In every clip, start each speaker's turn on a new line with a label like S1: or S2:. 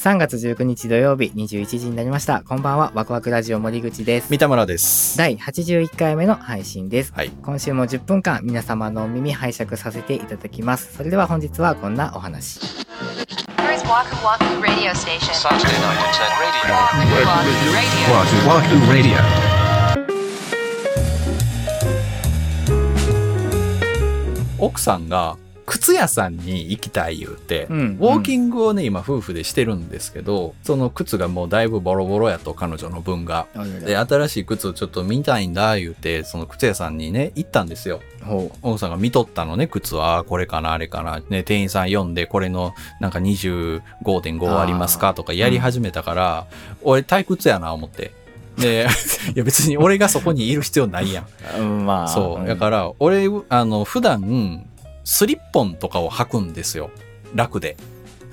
S1: 3月19日土曜日21時になりました。こんばんは、ワクワクラジオ森口です。
S2: 三田村です。
S1: 第81回目の配信です。
S2: はい。
S1: 今週も10分間皆様のお耳拝借させていただきます。それでは本日はこんなお話。
S3: Here's Waku Waku Radio Station.
S4: Saturday night at 10 radio.
S3: Waku Waku Radio.
S5: Wahoo Wahoo Radio.
S2: 奥さんが靴屋さんに行きたい言うて、
S1: うん
S2: ウォーキングをね、今夫婦でしてるんですけど、その靴がもうだいぶボロボロやと、彼女の分が。で、新しい靴をちょっと見たいんだ言うて、その靴屋さんにね、行ったんですよ。
S1: ほ
S2: 奥さんが見とったのね、靴は、あーこれかな、あれかな。ね、店員さん読んで、これのなんか25.5ありますかとかやり始めたから、俺退屈やな、思って。で、 いや別に俺がそこにいる必要ないやん。
S1: う。まあ。
S2: そう。だ
S1: ら。
S2: から、俺、あの、普段、スリッポンとかを履くんですよ。楽で。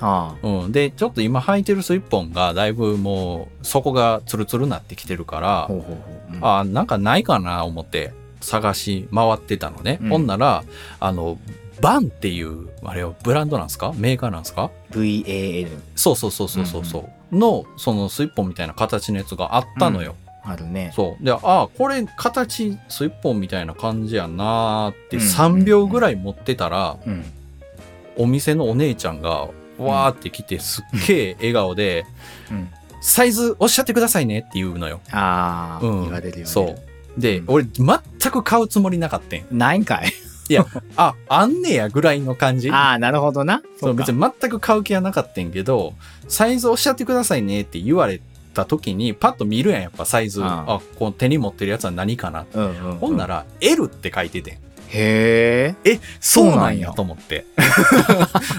S1: あ
S2: うん。で、ちょっと今履いてるスリッポンが、だいぶもう、底がツルツルなってきてるか
S1: あ。
S2: ら、
S1: ほうほうほう。
S2: あ、なんかないかな、思って、探し回ってたのね。
S1: うん
S2: ほんなら、あの、バンっていう、あれはブランドなんですかメーカーなんですか
S1: VAN。
S2: そうそうそうそうそうそう、の、そのスリッポンみたいな形のやつがあったのよ。
S1: あるね。
S2: そう。で、ああ、これ形、スイッポンみたいな感じやなーって
S1: うん
S2: 3秒ぐらい持ってたら、
S1: うん。
S2: お店のお姉ちゃんが、わーって来て、すっげえ笑顔で、
S1: うん。
S2: サイズおっしゃってくださいねって言うのよ。
S1: ああ、
S2: うん
S1: 言われるよね。
S2: そう。で、
S1: うん
S2: 俺、全く買うつもりなかったん。
S1: う。ないんかい。
S2: あ、あんねやぐらいの感じ。
S1: ああ、なるほどな。
S2: そう
S1: か
S2: 別に全く買う気はなかったんやけど、サイズおっしゃってくださいねって言われた時に、パッと見るやん、やっぱサイズ。
S1: うん
S2: あこの手に持ってるやつは何かな。
S1: うんうんうん。
S2: ほんなら、L って書いててん。
S1: へえ。
S2: え、そうなん
S1: そうなんや
S2: やと思って。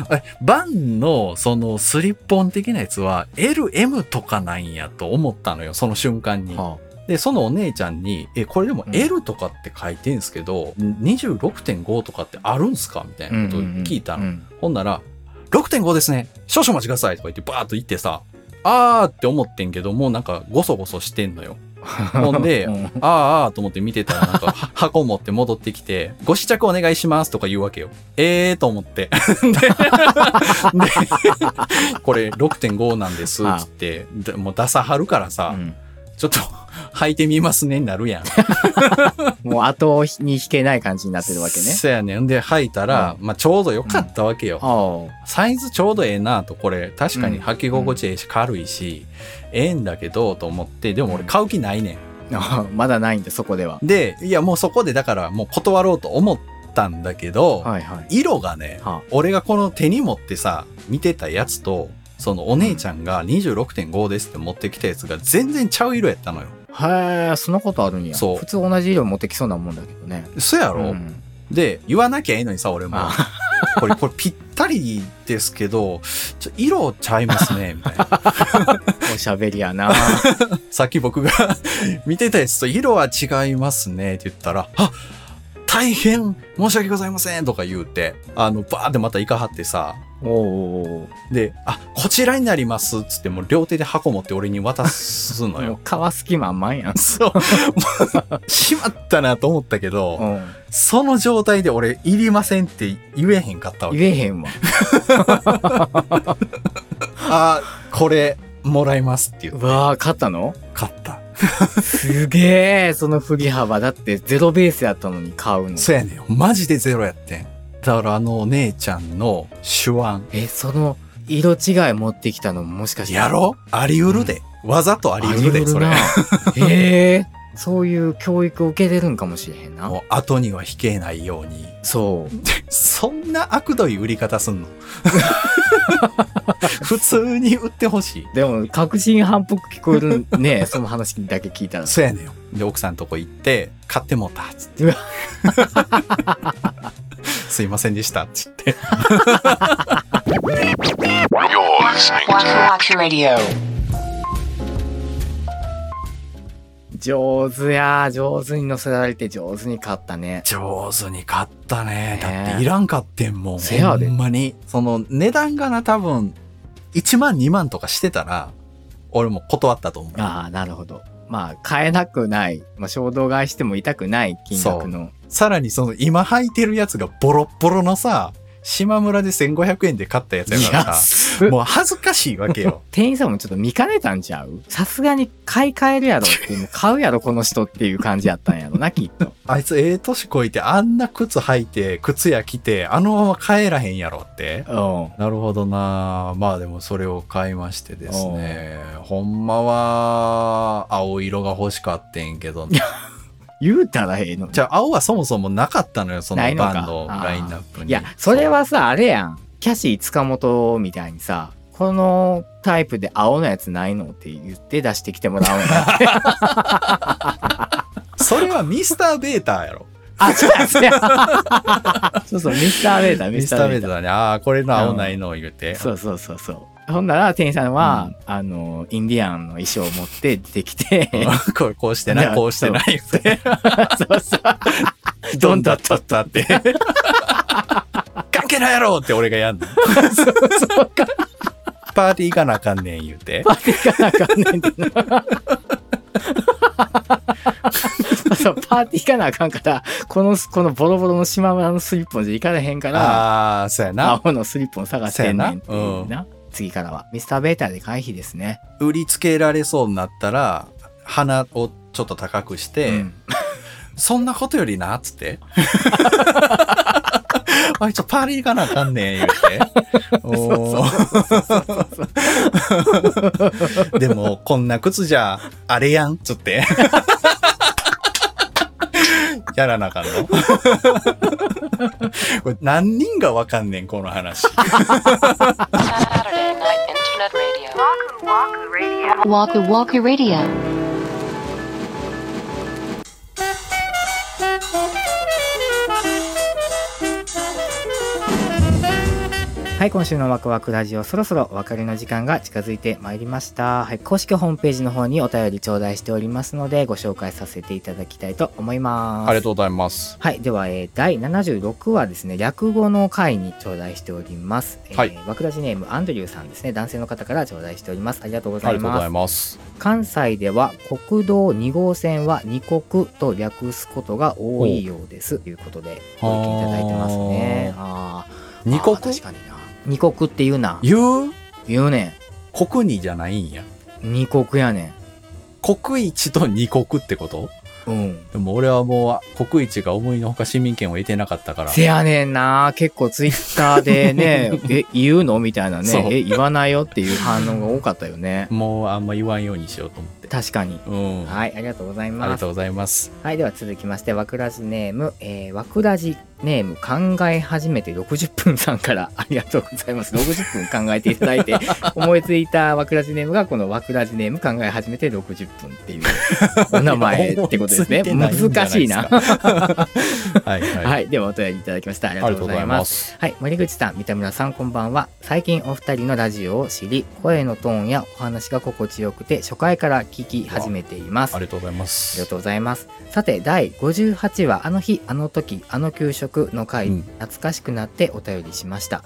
S2: あれバンのそのスリッポン的なやつは LM とかなんやと思ったのよ、その瞬間に。
S1: は
S2: で、そのお姉ちゃんに、え、これでも
S1: うん
S2: L とかって書いてんすけど、26.5とかってあるんすかみたい
S1: あ。
S2: なことを聞いたの。
S1: うんうん
S2: ほんなら、6.5ですね少々お待ちくださいとか言ってバーッと言ってさ、あーって思ってんけど、もうなんかごそごそしてんのよ。 ほんで
S1: ううん
S2: ああああと思って見てたらなんか箱持って戻ってきて、ご試着お願いしますとか言うわけよ。ええー、と思って。 で、でこれ6.5なんですっつって、でもう出さはるからさ、ちょっと 履いてみますねになるやん。
S1: もう後に引けない感じになってるわけね。
S2: そやねん。で、履いたら、まあちょうどよかったわけよ。
S1: あ
S2: サイズちょうどええなと、これ確かに履き心地ええし軽いし、ええんだけどと思って、でも俺買う気ないねん。
S1: あ。 まだないんだ、そこでは。
S2: で、いやもうそこでだからもう断ろうと思ったんだけど、
S1: はいはい。
S2: 色がね、
S1: は
S2: 俺がこの手に持ってさ、見てたやつと、そのお姉ちゃんが26.5ですって持ってきたやつが全然ちゃう色やったのよ。
S1: あ、へえ、そんなことあるんや。
S2: そう
S1: 普通同じ色持ってきそうなもんだけどね。
S2: そやろ、
S1: うん
S2: で、言わなきゃええのにさ、俺も。
S1: あ
S2: これ、これぴったりですけど、ちょ色ちゃいますね、みたい な。
S1: おしゃべりやな。
S2: さっき僕が 見てたやつと色は違いますねって言ったら、あ大変申し訳ございませんとか言うて、あの、バーってまたイカ張ってさ、
S1: おおおお。
S2: で、あ、こちらになりますっつって、もう両手で箱持って俺に渡すの
S1: もう
S2: よ。
S1: 皮すきまんまんやん。
S2: そう。もうしまったなと思ったけ
S1: う
S2: ど、
S1: ん。
S2: その状態で俺、いりませんって言えへんかったわけ。
S1: 言えへんわ。
S2: あー、これ、もらいますって言
S1: う
S2: う。
S1: わあ、勝ったの
S2: 買った。
S1: すげえ、その振り幅。だってゼロベースやったのに買うの。
S2: そうやねんマジでゼロやってん。だからあのお姉ちゃんの手腕。
S1: え、その色違い持ってきたのもしかして。
S2: やろありうるで。わざとあ
S1: あ
S2: りうるで、それ。
S1: れ。へえ。そういう教育を受けてるんかもしれへんな。
S2: もう後には引けないように。
S1: そう。
S2: そんな悪どい売り方すんの 普通に売ってほしい。
S1: でも、確信反復聞こえるね、 その話だけ聞いたら。
S2: そうやねんよ。で、奥さんとこ行って、買ってもうた、つって
S1: うわ。
S2: すいませんでした、つって。
S3: Waku Waku Radio.
S1: 上手や、上手に乗せられて上手に買ったね。
S2: 上手に買ったね。
S1: ねえ
S2: だっていらんかってんもん。
S1: せやで
S2: ほんまに。その値段がな、多分、1万2万とかしてたら、俺も断ったと思う。
S1: ああ、なるほど。まあ、買えなくない。まあ、衝動買いしても痛くない金額の。
S2: さらにその今履いてるやつがボロッボロのさ、島村で1500円で買ったやつやからさ、
S1: っ
S2: もう恥ずかしいわけ よ。
S1: 店員さんもちょっと見かねたんちゃうさすがに買い替えるやろって、もう買うやろこの人っていう感じやったんやろな、きっと。
S2: あいつええ年こいてあんな靴履いて、靴屋着て、あのまま帰らへんやろって。
S1: うん。
S2: なるほどなまあでもそれを買いましてですね。ほんまは、青色が欲しかってんけど。
S1: 言うたらええのに
S2: じゃあ青はそもそもなかったのよ、その
S1: ないのか
S2: バンドラインナップに。
S1: いや、それはさ、あれやん。キャシー塚本みたいにさ、このタイプで青のやつないのって言って出してきてもらおう な。
S2: それはミスターベーターやろ。
S1: あ、そうや、そうや。 そうそう、ミスターベータ、ミ
S2: ミ
S1: ス
S2: ス
S1: タ
S2: ター
S1: ーベ
S2: ベ
S1: ー
S2: ータ
S1: タ。
S2: ーだね。ああ、これの青ないの言うて。
S1: そうそうそうそう。ほんなら店員さんは、あの、インディアンの衣装を持って出てきて、
S2: うん こうこうしてない
S1: や
S2: い、こうしてない言うて。
S1: そう そう。どんだったったって。
S2: 関係ないやろって俺がや んの。パーティー行かなあかんねん言うて。
S1: 行かなあかんねんてな そうパーティー行かなあかんからこのこのボロボロの島村のスリッポンじゃ行かれへんから
S2: ああ、そうやな。
S1: 青のスリッポン探してんねんって
S2: そうやなうん
S1: な次からはミスターベーターで回避ですね、
S2: 売りつけられそうになったら、鼻をちょっと高くして、
S1: うん
S2: そんなことよりな、つ って。あいつパーティー行かなあかんね ん、言うて。おーでも、こんな靴じゃ、あれやん、つ って。やらなあかん のこれ何人がわかんねん、この話。
S4: Saturday Night Internet Radio.
S3: Waku Waku Radio.
S1: はい今週のワクワクラジオそろそろお別れの時間が近づいてまいりました、はい、公式ホームページの方にお便り頂戴しておりますのでご紹介させていただきたいと思います
S2: とうございます。
S1: はい、では、えー、第76話ですね、略語の回に頂戴しております。えー
S2: はい
S1: 枠立ちネーム、アンドリューさんですね、男性の方から頂戴しております。ありがとうございます。
S2: ます。
S1: 関西では国道2号線は二国と略すことが多いようです。ということで、ご意見いただいてますね。あー
S2: 二
S1: あー
S2: 国
S1: 確かにな。二国って言うな。
S2: 言う
S1: 言うね
S2: 国にじゃないんや。
S1: ん。二国やね
S2: 国一と二国ってこと
S1: ん。うん。
S2: でも俺はもう国一が思いのほか市民権を得てなかったから。
S1: せやねんな結構ツイッターで ねえ言うのみたいな
S2: そう
S1: ねえ言わないよっていう反応が多かったよね
S2: もうあんま言わんようにしようと思って。
S1: 確かに。
S2: うん。あ
S1: はい、ありがとうござい
S2: りが
S1: ます
S2: と。うございます。
S1: はい、では続きまして、わくらじネーム、えー、わくらじネーム考え始めて60分さんから ありがとうございます。60分考えていただい て、思いついたわくらじネームがこのわくらじネーム考え始めて60分っていうお名前ってことですね。
S2: 思つて
S1: 難しいな。
S2: んじゃないですか はいはい。
S1: はい、ではお便りいただきました。ありがとうございます。
S2: す。
S1: はい、森口さん、三田村さん、こんばんは。最近お二人のラジオを知り、声のトーンやお話が心地よくて、初回から聞き始めています
S2: あ。りがとうございま
S1: ありが
S2: す。
S1: とうございます。さて、第58話、あの日、あの時、あの給食の回、
S2: うん
S1: 懐かしくなってお便りしました。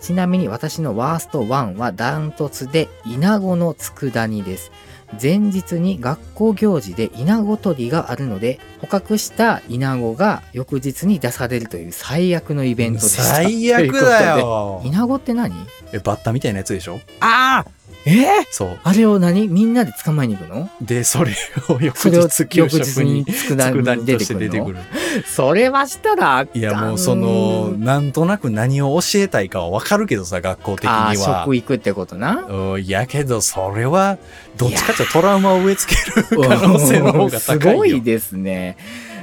S1: ちなみに私のワースト1はダントツで、イナゴの佃煮です。前日に学校行事でイナゴ取りがあるので、捕獲したイナゴが翌日に出されるという最悪のイベントでした。
S2: 最悪だ
S1: ということ
S2: よ
S1: で。イナゴって何
S2: え、バッタみたいなやつでしょ
S1: ああえー、
S2: そう。
S1: あれを何みんなで捕まえに行くの
S2: で、それを翌
S1: それを
S2: 日給
S1: 翌日
S2: 食
S1: に
S2: に。
S1: 佃煮
S2: 佃
S1: に
S2: 煮
S1: 出
S2: と
S1: て
S2: して
S1: くる
S2: 出て
S1: の
S2: くる。
S1: それはしたらあかん
S2: いやもうその、なんとなく何を教えたいかはわかるけどさ、学校的に
S1: ああ
S2: は。
S1: 食育ってことな
S2: うんやけど、それは、どっちかっていうとトラウマを植え付ける可能性の方が
S1: す
S2: 高いよ。
S1: ごいですね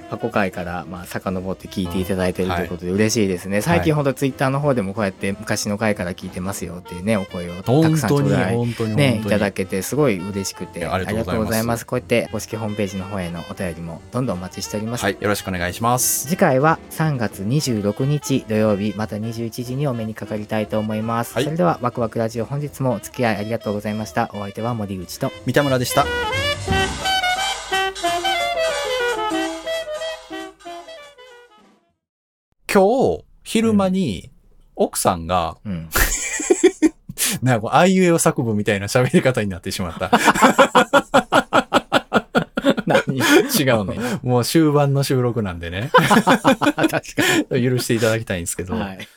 S1: 過去回からまあ遡って聞いていただいてるということで嬉しいですね、最近ほどツイッターの方でもこうやって昔の回から聞いてますよっていうねお声をた
S2: 本
S1: くさん
S2: 当
S1: 頂
S2: に、
S1: 戴
S2: 本当に、
S1: ね
S2: 本、
S1: い
S2: 当
S1: た
S2: に。
S1: だけてすごい嬉しく
S2: い
S1: て
S2: や
S1: あ
S2: あ
S1: り
S2: り
S1: が
S2: が
S1: と
S2: と
S1: う
S2: う
S1: ご
S2: ご
S1: ざ
S2: ざ
S1: い
S2: いま
S1: ま
S2: す
S1: すこうやって公式ホームページの方へのお便りもどんどんお待ちしております、
S2: はい、よろしくお願いします。
S1: 次回は3月26日土曜日また21時にお目にかかりたいと思います、
S2: はい
S1: それではワクワクラジオ本日もお付き合いありがとうございましたお相手は森口と
S2: 三田村でした。今日、昼間に、奥さんが、
S1: うん
S2: なんか、ああいうえお作文みたいな喋り方になってしまった。
S1: 何
S2: 違うね。もう終盤の収録なんでね、
S1: 確か
S2: 許していただきたいんですけど、
S1: に、はい、